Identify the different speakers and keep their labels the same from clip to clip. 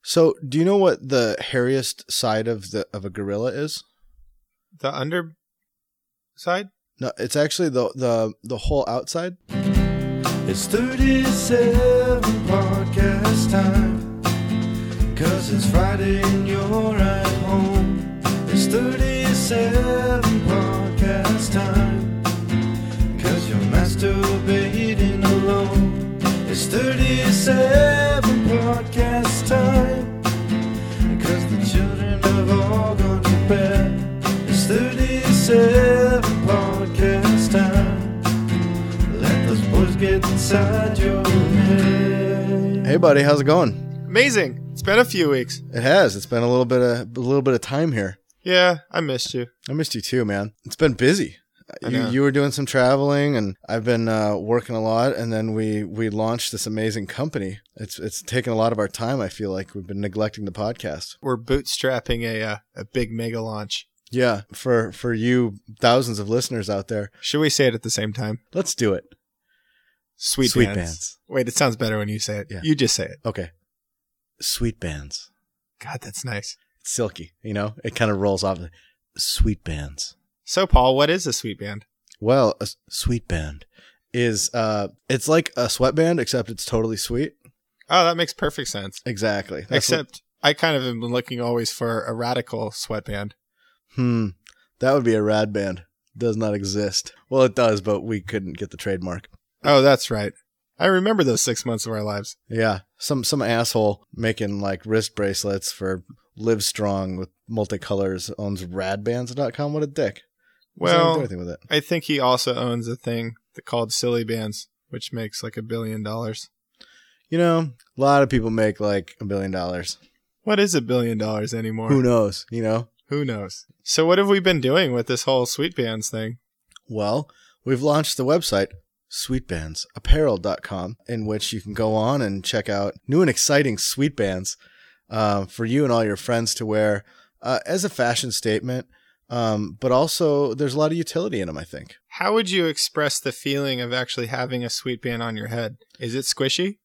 Speaker 1: So, do you know what the hairiest side of the of a gorilla is?
Speaker 2: The under side?
Speaker 1: No, it's actually the the the whole outside.
Speaker 3: It's 37 podcast time. Cause it's Friday and you're at home. It's 37 podcast time. Cause you're masturbating alone. It's 37 podcast time. Cause the children have all gone to bed. It's 37 podcast time. Let those boys get inside your head.
Speaker 1: Hey, buddy, how's it going?
Speaker 2: Amazing. It's been a few weeks.
Speaker 1: It has. It's been a little bit of a little bit of time here.
Speaker 2: Yeah, I missed you.
Speaker 1: I missed you too, man. It's been busy.
Speaker 2: I
Speaker 1: You,
Speaker 2: know.
Speaker 1: you were doing some traveling, and I've been uh, working a lot. And then we we launched this amazing company. It's it's taken a lot of our time. I feel like we've been neglecting the podcast.
Speaker 2: We're bootstrapping a uh, a big mega launch.
Speaker 1: Yeah, for for you thousands of listeners out there,
Speaker 2: Should we say it at the same time?
Speaker 1: let's do it.
Speaker 2: Sweet,
Speaker 1: Sweet
Speaker 2: bands.
Speaker 1: bands.
Speaker 2: Wait, it sounds better when you say it.
Speaker 1: Yeah.
Speaker 2: You just say it.
Speaker 1: Okay, sweet bands.
Speaker 2: God, that's nice.
Speaker 1: It's silky, you know. It kind of rolls off. Sweet bands.
Speaker 2: So, Paul, what is a sweet band?
Speaker 1: Well, a s- sweet band is uh, it's like a sweatband except it's totally sweet.
Speaker 2: Oh, that makes perfect sense.
Speaker 1: Exactly. That's what-
Speaker 2: Except I kind of am looking always for a radical sweatband.
Speaker 1: Hmm. That would be a rad band. Does not exist. Well, it does, but we couldn't get the trademark.
Speaker 2: Oh, that's right. I remember those six months of our lives.
Speaker 1: Yeah. Some some asshole making like wrist bracelets for Live Strong with multicolors owns radbands.com. What a dick. He doesn't even do
Speaker 2: Well,
Speaker 1: anything with it.
Speaker 2: I think he also owns a thing that called Silly Bands, which makes like a billion dollars.
Speaker 1: You know, a lot of people make like a billion dollars.
Speaker 2: What is a billion dollars anymore?
Speaker 1: Who knows, you know?
Speaker 2: Who knows? So, what have we been doing with this whole Sweet Bands thing?
Speaker 1: Well, we've launched the website sweetbandsapparel.com in which you can go on and check out new and exciting sweet bands uh, for you and all your friends to wear uh, as a fashion statement. Um, but also, there's a lot of utility in them, I think.
Speaker 2: How would you express the feeling of actually having a sweet band on your head? Is it squishy?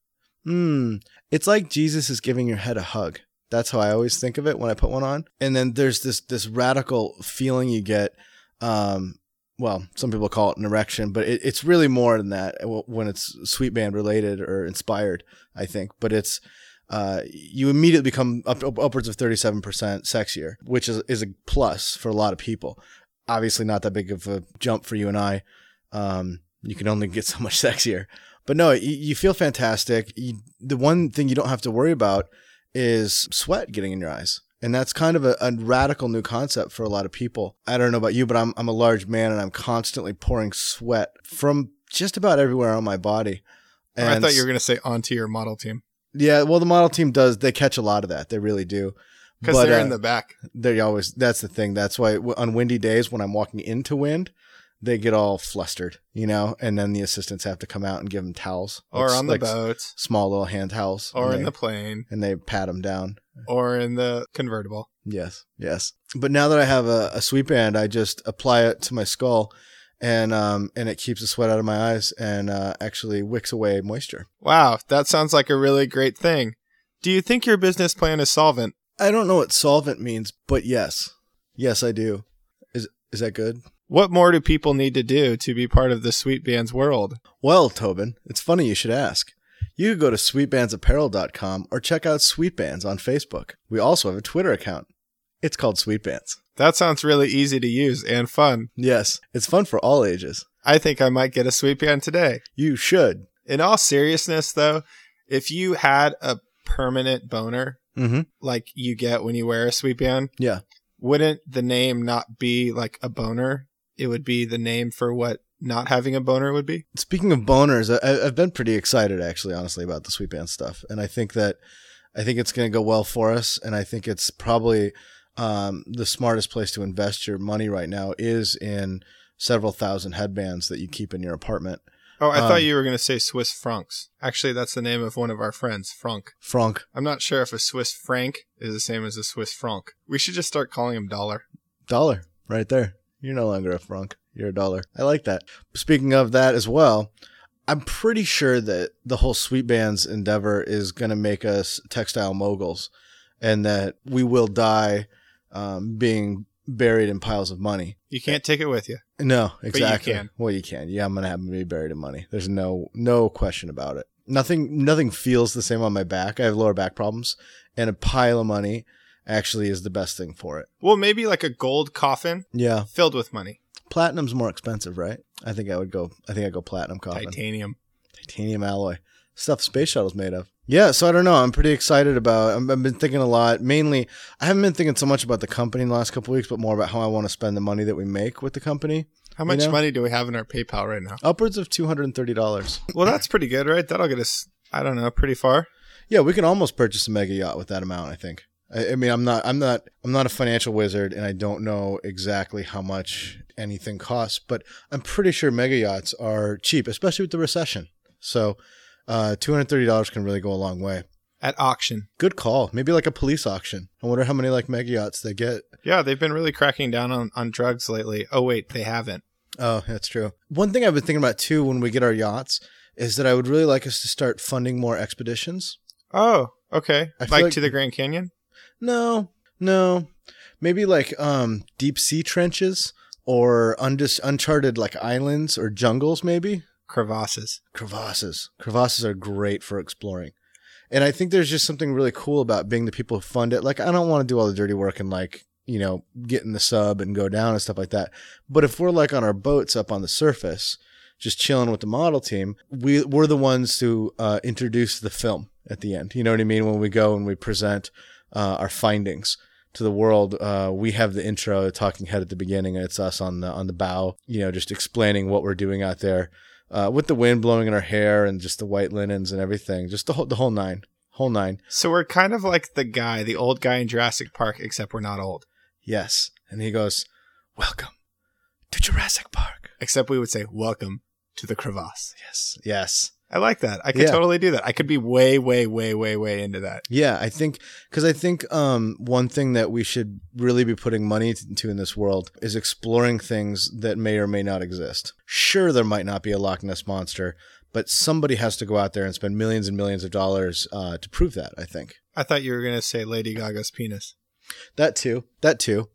Speaker 1: Hmm. It's like Jesus is giving your head a hug. That's how I always think of it when I put one on. And then there's this this radical feeling you get. Um, well, some people call it an erection, but it, it's really more than that uh, when it's sweet band related or inspired. I think, but it's uh, you immediately become up, up- upwards of thirty seven percent sexier, which is is a plus for a lot of people. Obviously, not that big of a jump for you and I. Um, you can only get so much sexier but no, you, you feel fantastic. You, the one thing you don't have to worry about is sweat getting in your eyes. And that's kind of a, a radical new concept for a lot of people. I don't know about you, but I'm, I'm a large man and I'm constantly pouring sweat from just about everywhere on my body.
Speaker 2: Or Oh, I thought you were going to say onto your model team
Speaker 1: yeah, well, the model team does, they catch a lot of that. They really do.
Speaker 2: because
Speaker 1: But,
Speaker 2: they're
Speaker 1: uh,
Speaker 2: in the back.
Speaker 1: they always that's the thing that's why w- on windy days when i'm walking into wind they get all flustered you know and then the assistants have to come out and give them towels
Speaker 2: or
Speaker 1: Like-
Speaker 2: on the
Speaker 1: like s-
Speaker 2: boat,
Speaker 1: small little hand towels
Speaker 2: or
Speaker 1: and
Speaker 2: in
Speaker 1: they,
Speaker 2: the plane,
Speaker 1: and they pat them down
Speaker 2: or in the convertible.
Speaker 1: yes yes but now that i have a, a sweep band i just apply it to my skull and um and it keeps the sweat out of my eyes and uh, actually wicks away moisture
Speaker 2: Wow, that sounds like a really great thing. Do you think your business plan is solvent?
Speaker 1: i don't know what solvent means but yes yes i do is is that good
Speaker 2: What more do people need to do to be part of the sweet band's world?
Speaker 1: Well, Tobin, it's funny you should ask. You could go to sweetbandsapparel.com or check out Sweetbands on Facebook. We also have a Twitter account. It's called Sweetbands.
Speaker 2: That sounds really easy to use and fun.
Speaker 1: Yes, it's fun for all ages.
Speaker 2: I think I might get a sweet band today.
Speaker 1: You should.
Speaker 2: In all seriousness, though, if you had a permanent boner
Speaker 1: Mm-hmm.
Speaker 2: like you get when you wear a sweet band,
Speaker 1: Yeah.
Speaker 2: wouldn't the name not be like a boner? It would be the name for what not having a boner would be.
Speaker 1: Speaking of boners, I- I, I've been pretty excited actually, honestly, about the Sweetband stuff, and I think that I think it's going to go well for us, and I think it's probably um, the smartest place to invest your money right now is in several thousand headbands that you keep in your apartment.
Speaker 2: Oh, I
Speaker 1: Um,
Speaker 2: thought you were going to say Swiss francs. Actually, that's the name of one of our friends, Frank.
Speaker 1: Frank,
Speaker 2: I'm not sure if a Swiss franc is the same as a Swiss franc. We should just start calling him dollar.
Speaker 1: dollar right there. You're no longer a frunk. You're a dollar. I like that. Speaking of that as well, I'm pretty sure that the whole Sweet Band's endeavor is going to make us textile moguls and that we will die um, being buried in piles of money.
Speaker 2: You can't take it with you.
Speaker 1: No,
Speaker 2: you
Speaker 1: exactly.
Speaker 2: can.
Speaker 1: Well, you can. Yeah, I'm going to have me buried in money. There's no no question about it. Nothing nothing feels the same on my back. I have lower back problems and a pile of money actually is the best thing for it.
Speaker 2: Well, maybe like a gold coffin
Speaker 1: Yeah.
Speaker 2: filled with money.
Speaker 1: Platinum's more expensive, right? I think I would go I think I'd go platinum coffin.
Speaker 2: Titanium.
Speaker 1: titanium alloy stuff space shuttle's made of yeah so i don't know i'm pretty excited about I'm, i've been thinking a lot mainly i haven't been thinking so much about the company in the last couple weeks but more about how i want to spend the money that we make with the company
Speaker 2: How much
Speaker 1: know?
Speaker 2: money do we have in our PayPal right now?
Speaker 1: upwards of $230
Speaker 2: Well, that's pretty good, right? That'll get us, I don't know, pretty far.
Speaker 1: yeah we can almost purchase a mega yacht with that amount i think I, I mean i'm not i'm not i'm not a financial wizard and i don't know exactly how much anything costs but i'm pretty sure mega yachts are cheap especially with the recession so uh, $230 can really go a long way
Speaker 2: At auction.
Speaker 1: Good call. Maybe like a police auction. I wonder how many like mega yachts they get.
Speaker 2: Yeah, they've been really cracking down on, on drugs lately. Oh, wait, they haven't.
Speaker 1: Oh, that's true. One thing I've been thinking about too when we get our yachts is that I would really like us to start funding more expeditions.
Speaker 2: Oh, okay.
Speaker 1: I feel
Speaker 2: Like
Speaker 1: like-
Speaker 2: to the Grand Canyon?
Speaker 1: No, no. Maybe like um deep sea trenches or undis- uncharted like islands or jungles maybe.
Speaker 2: Crevasses.
Speaker 1: Crevasses. Crevasses are great for exploring. And I think there's just something really cool about being the people who fund it. Like, I don't want to do all the dirty work and like, you know, get in the sub and go down and stuff like that. But if we're like on our boats up on the surface, just chilling with the model team, we, we're the ones who uh, introduce the film at the end. You know what I mean? When we go and we present uh, our findings to the world, uh, we have the intro, the talking head at the beginning, and it's us on the on the bow, you know, just explaining what we're doing out there uh, with the wind blowing in her hair and just the white linens and everything, just the whole the whole nine, whole nine.
Speaker 2: So we're kind of like the guy, the old guy in Jurassic Park, except we're not old.
Speaker 1: Yes, and he goes, "Welcome to Jurassic Park."
Speaker 2: Except we would say, welcome to the crevasse.
Speaker 1: Yes, yes,
Speaker 2: I like that. I could
Speaker 1: Yeah.
Speaker 2: totally do that. I could be way, way, way, way, way into that.
Speaker 1: yeah. I think because I think um, one thing that we should really be putting money t- into in this world is exploring things that may or may not exist. Sure, there might not be a Loch Ness monster, but somebody has to go out there and spend millions and millions of dollars uh, to prove that. I think.
Speaker 2: I thought you were going to say Lady Gaga's penis.
Speaker 1: That too. That too.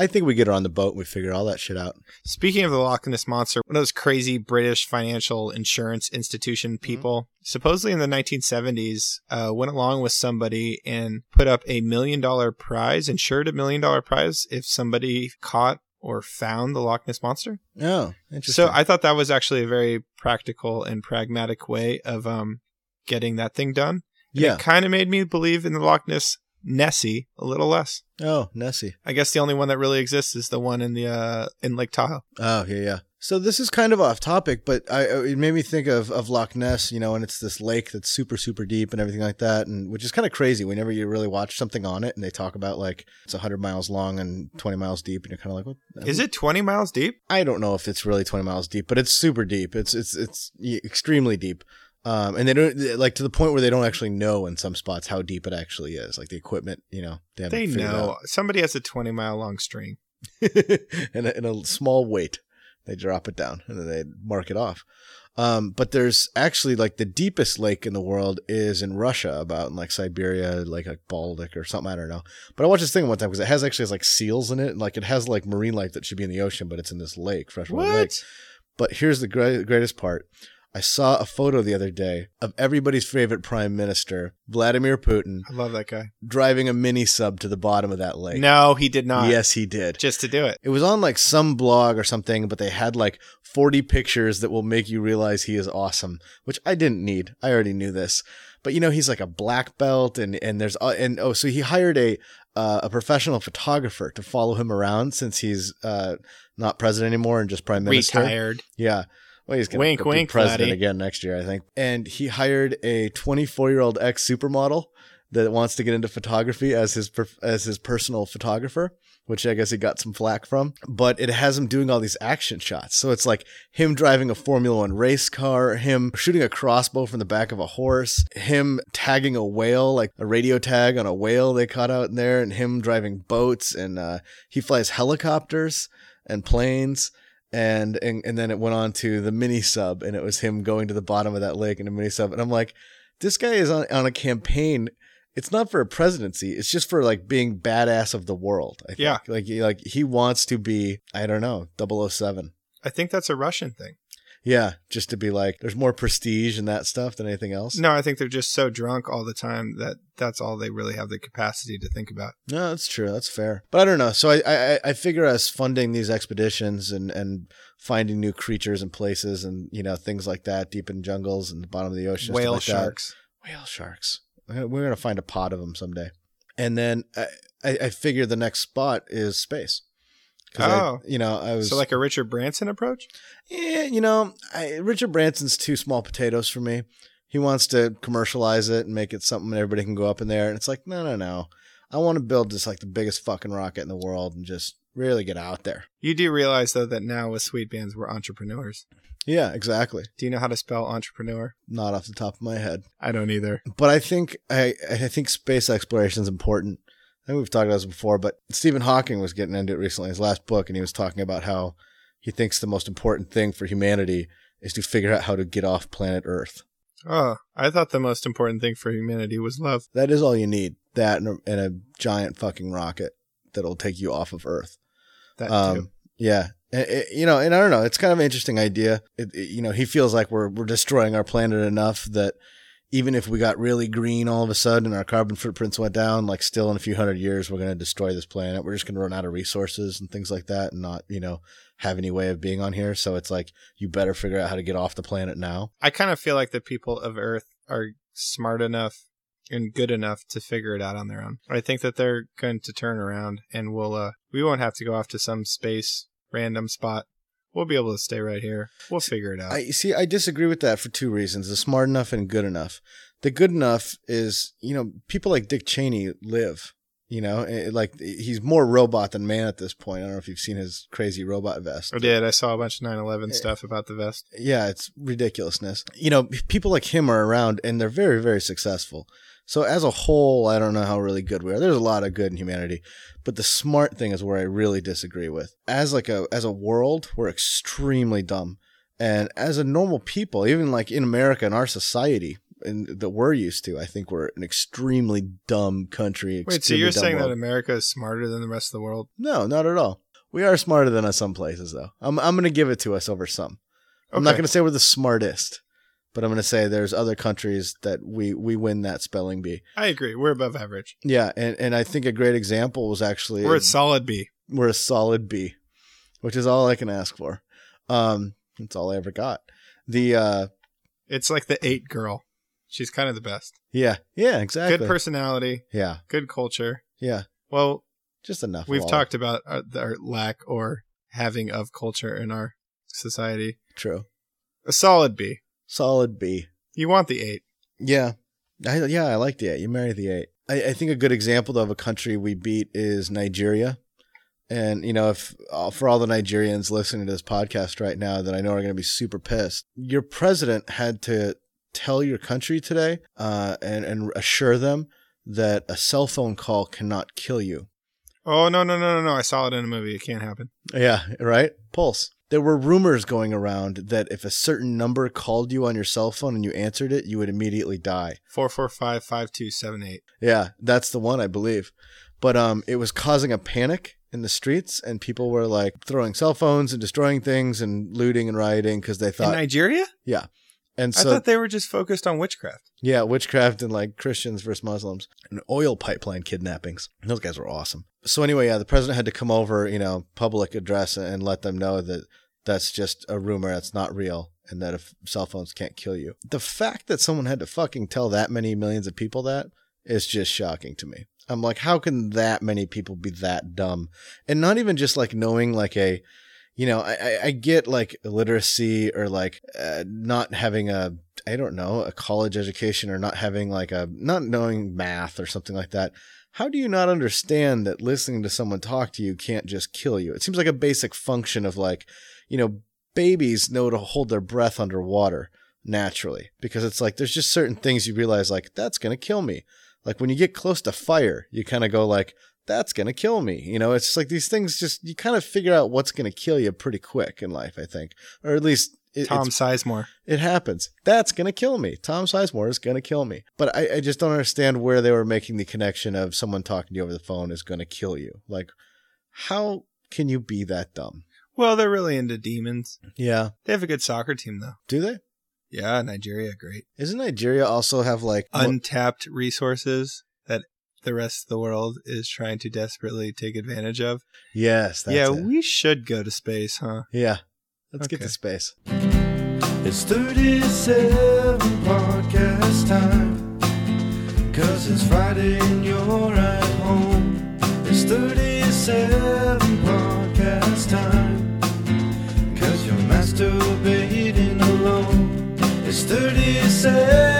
Speaker 1: I think we get her on the boat and we figure all that shit out.
Speaker 2: Speaking of the Loch Ness Monster, one of those crazy British financial insurance
Speaker 1: Mm-hmm.
Speaker 2: institution people, supposedly in the 1970s, uh, went along with somebody and put up a million dollar prize, insured a million dollar prize if somebody caught or found the Loch Ness Monster.
Speaker 1: Oh, interesting.
Speaker 2: So I thought that was actually a very practical and pragmatic way of um, getting that thing done.
Speaker 1: yeah.
Speaker 2: Kind of made me believe in the Loch Ness Nessie a little less.
Speaker 1: Oh, Nessie.
Speaker 2: I guess the only one that really exists is the one in the uh, in Lake Tahoe.
Speaker 1: Oh, yeah, yeah. So this is kind of off topic, but I I- it made me think of of Loch Ness, you know, and it's this lake that's super super deep and everything like that, and which is kind of crazy. Whenever you really watch something on it, and they talk about like it's 100 miles long and 20 miles deep, and you're kind of like, what?
Speaker 2: Is it 20 miles deep?
Speaker 1: I don't know if it's really 20 miles deep, but it's super deep. It's it's it's e, extremely deep. Um, and they don't like to the point where they don't actually know in some spots how deep it actually is. Like the equipment, you know, they, haven't
Speaker 2: They
Speaker 1: figured it
Speaker 2: know. Somebody has a 20 mile long string.
Speaker 1: and, a, and a small weight. They drop it down and then they mark it off. Um, but there's actually like the deepest lake in the world is in Russia, about in like Siberia, like like Baltic or something. I don't know. But I watched this thing one time because it has actually has like seals in it. and, Like it has like marine life that should be in the ocean, but it's in this lake, freshwater lake. But here's the gre- greatest part. I saw a photo the other day of everybody's favorite prime minister, Vladimir Putin,
Speaker 2: I love that guy.
Speaker 1: driving a mini sub to the bottom of that lake.
Speaker 2: No, he did not.
Speaker 1: Yes, he did.
Speaker 2: Just to do it.
Speaker 1: It was on like some blog or something, but they had like 40 pictures that will make you realize he is awesome, which I didn't need. I already knew this. But you know, he's like a black belt and and there's uh, and oh, so he hired a uh, a professional photographer to follow him around since he's uh not president anymore and just prime minister.
Speaker 2: Retired.
Speaker 1: Yeah. Well, he's going
Speaker 2: Wink,
Speaker 1: to be
Speaker 2: wink,
Speaker 1: president
Speaker 2: laddie.
Speaker 1: again next year, I think. And he hired a 24 year old ex supermodel that wants to get into photography as his per- as his personal photographer, which I guess he got some flack from. But it has him doing all these action shots. So it's like him driving a Formula One race car, him shooting a crossbow from the back of a horse, him tagging a whale, like a radio tag on a whale they caught out in there, and him driving boats. And uh, he flies helicopters and planes and and, and then it went on to the mini sub and it was him going to the bottom of that lake in a mini sub and i'm like this guy is on, on a campaign it's not for a presidency it's just for like being badass of the world i think
Speaker 2: Yeah.
Speaker 1: like he, like he wants to be i don't know 007
Speaker 2: I think that's a Russian thing.
Speaker 1: yeah just to be like there's more prestige in that stuff than anything else
Speaker 2: No, I think they're just so drunk all the time that that's all they really have the capacity to think about.
Speaker 1: No, that's true. That's fair. But I don't know. So I, I, I- I figure us funding these expeditions and, and finding new creatures and places and you know things like that deep in jungles and the bottom of the ocean. stuff
Speaker 2: Whale
Speaker 1: like that.
Speaker 2: sharks.
Speaker 1: Whale sharks. Uh, We're gonna find a pod of them someday. And then I, I, I figure the next spot is space. 'Cause I-
Speaker 2: Oh.
Speaker 1: you know, I was
Speaker 2: So like a Richard Branson approach?
Speaker 1: yeah, you know, I, Richard Branson's too small potatoes for me. He wants to commercialize it and make it something everybody can go up in there. And it's like, no, no, no. I want to build just like the biggest fucking rocket in the world and just really get out there.
Speaker 2: You do realize though that now with Sweet Bands we're entrepreneurs.
Speaker 1: Yeah, exactly.
Speaker 2: Do you know how to spell entrepreneur?
Speaker 1: Not off the top of my head,
Speaker 2: I don't either.
Speaker 1: but I think I, I think space exploration is important. I think we've talked about this before, but Stephen Hawking was getting into it recently in his last book, and he was talking about how he thinks the most important thing for humanity is to figure out how to get off planet Earth.
Speaker 2: Oh, I thought the most important thing for humanity was love.
Speaker 1: That is all you need. That and a, and a giant fucking rocket that'll take you off of Earth.
Speaker 2: That too.
Speaker 1: Um, yeah. And, it- you know, and I don't know. It's kind of an interesting idea. It, it- you know, he feels like we're we're destroying our planet enough that even if we got really green all of a sudden and our carbon footprints went down, like still in a few hundred years, we're going to destroy this planet. We're just going to run out of resources and things like that, and not you know have any way of being on here. So it's like you better figure out how to get off the planet now.
Speaker 2: I kind of feel like the people of Earth are smart enough and good enough to figure it out on their own. I think that they're going to turn around and we'll uh we won't have to go off to some space random spot. We'll be able to stay right here. We'll figure it out.
Speaker 1: I see. I disagree with that for two reasons: the smart enough and good enough. The good enough is, you know, people like Dick Cheney live. You know, eh, like he's more robot than man at this point. I don't know if you've seen his crazy robot vest.
Speaker 2: I did. I saw a bunch of 9/11
Speaker 1: Eh.
Speaker 2: stuff about the vest.
Speaker 1: Yeah, it's ridiculousness. You know, people like him are around, and they're very, very successful. So as a whole, I don't know how really good we are. There's a lot of good in humanity, but the smart thing is where I really disagree with. As like a as a world, we're extremely dumb, and as a normal people, even like in America in our society and that we're used to, I think we're an extremely dumb country.
Speaker 2: Wait, so
Speaker 1: extremely
Speaker 2: you're
Speaker 1: dumb
Speaker 2: saying
Speaker 1: world.
Speaker 2: that America is smarter than the rest of the world?
Speaker 1: No, not at all. We are smarter than us some places, though. I'm I'm gonna give it to us over some. I'm not
Speaker 2: Okay.
Speaker 1: going to say we're the smartest, but I'm going to say there's other countries that we we win that spelling bee.
Speaker 2: I agree. We're above average.
Speaker 1: Yeah, and and I think a great example was actually
Speaker 2: We're at solid B.
Speaker 1: we're a solid B, which is all I can ask for. Um, that's all I ever got. The uh,
Speaker 2: It's like the eight girl. She's kind of the best.
Speaker 1: yeah, yeah, exactly.
Speaker 2: Good personality,
Speaker 1: yeah,
Speaker 2: good culture.
Speaker 1: yeah,
Speaker 2: Well,
Speaker 1: just enough. of
Speaker 2: we've
Speaker 1: all.
Speaker 2: talked about our, our lack or having of culture in our society.
Speaker 1: true.
Speaker 2: A solid B.
Speaker 1: Solid B.
Speaker 2: You want the eight.
Speaker 1: Yeah. I, yeah, I like the eight. You marry the eight. I, I think a good example though, of a country we beat is Nigeria. And, you know, if uh, for all the Nigerians listening to this podcast right now that I know are going to be super pissed, your president had to tell your country today uh, and, and assure them that a cell phone call cannot kill you.
Speaker 2: Oh, no, no, no, no, no. I saw it in a movie. It can't happen.
Speaker 1: Yeah, right? Pulse. There were rumors going around that if a certain number called you on your cell phone and you answered it, you would immediately die.
Speaker 2: 445 5278.
Speaker 1: Yeah, that's the one I believe. But um it was causing a panic in the streets and people were like throwing cell phones and destroying things and looting and rioting cuz they
Speaker 2: In
Speaker 1: thought
Speaker 2: Nigeria?
Speaker 1: and
Speaker 2: I
Speaker 1: so
Speaker 2: thought they were just focused on witchcraft.
Speaker 1: yeah, witchcraft and like Christians versus Muslims and oil pipeline kidnappings. Those guys were awesome. So anyway, yeah, the president had to come over, you know, public address and let them know that that's just a rumor, that's not real, and that if cell phones can't kill you. The fact that someone had to fucking tell that many millions of people that is just shocking to me. I'm like, how can that many people be that dumb? And not even just like knowing like a you know, I, I- I get like illiteracy or like uh, not having a I don't know, a college education or not having like a not knowing math or something like that. How do you not understand that listening to someone talk to you can't just kill you? It seems like a basic function of like, you know, babies know to hold their breath underwater naturally because it's like there's just certain things you realize like that's going to kill me. Like when you get close to fire, you kind of go like that's going to kill me. You know, it's just like these things just, you kind of figure out what's going to kill you pretty quick in life, I think. Or at least it, it's-
Speaker 2: Tom Sizemore.
Speaker 1: it happens. That's going to kill me. Tom Sizemore is going to kill me. But I, I just don't understand where they were making the connection of someone talking to you over the phone is going to kill you. Like, how can you be that dumb?
Speaker 2: Well, they're really into demons.
Speaker 1: Yeah.
Speaker 2: They have a good soccer team, though.
Speaker 1: Do they?
Speaker 2: Yeah, Nigeria, great.
Speaker 1: Isn't Nigeria also have like.
Speaker 2: Untapped resources that the rest of the world is trying to desperately take advantage of.
Speaker 1: yes, that's
Speaker 2: yeah,
Speaker 1: it.
Speaker 2: we should go to space, huh?
Speaker 1: yeah. Let's get
Speaker 2: Okay.
Speaker 1: to space.
Speaker 3: It's 37 podcast time. Cause it's Friday and you're at home. It's 37 podcast time. Cause you're masturbating alone. It's 37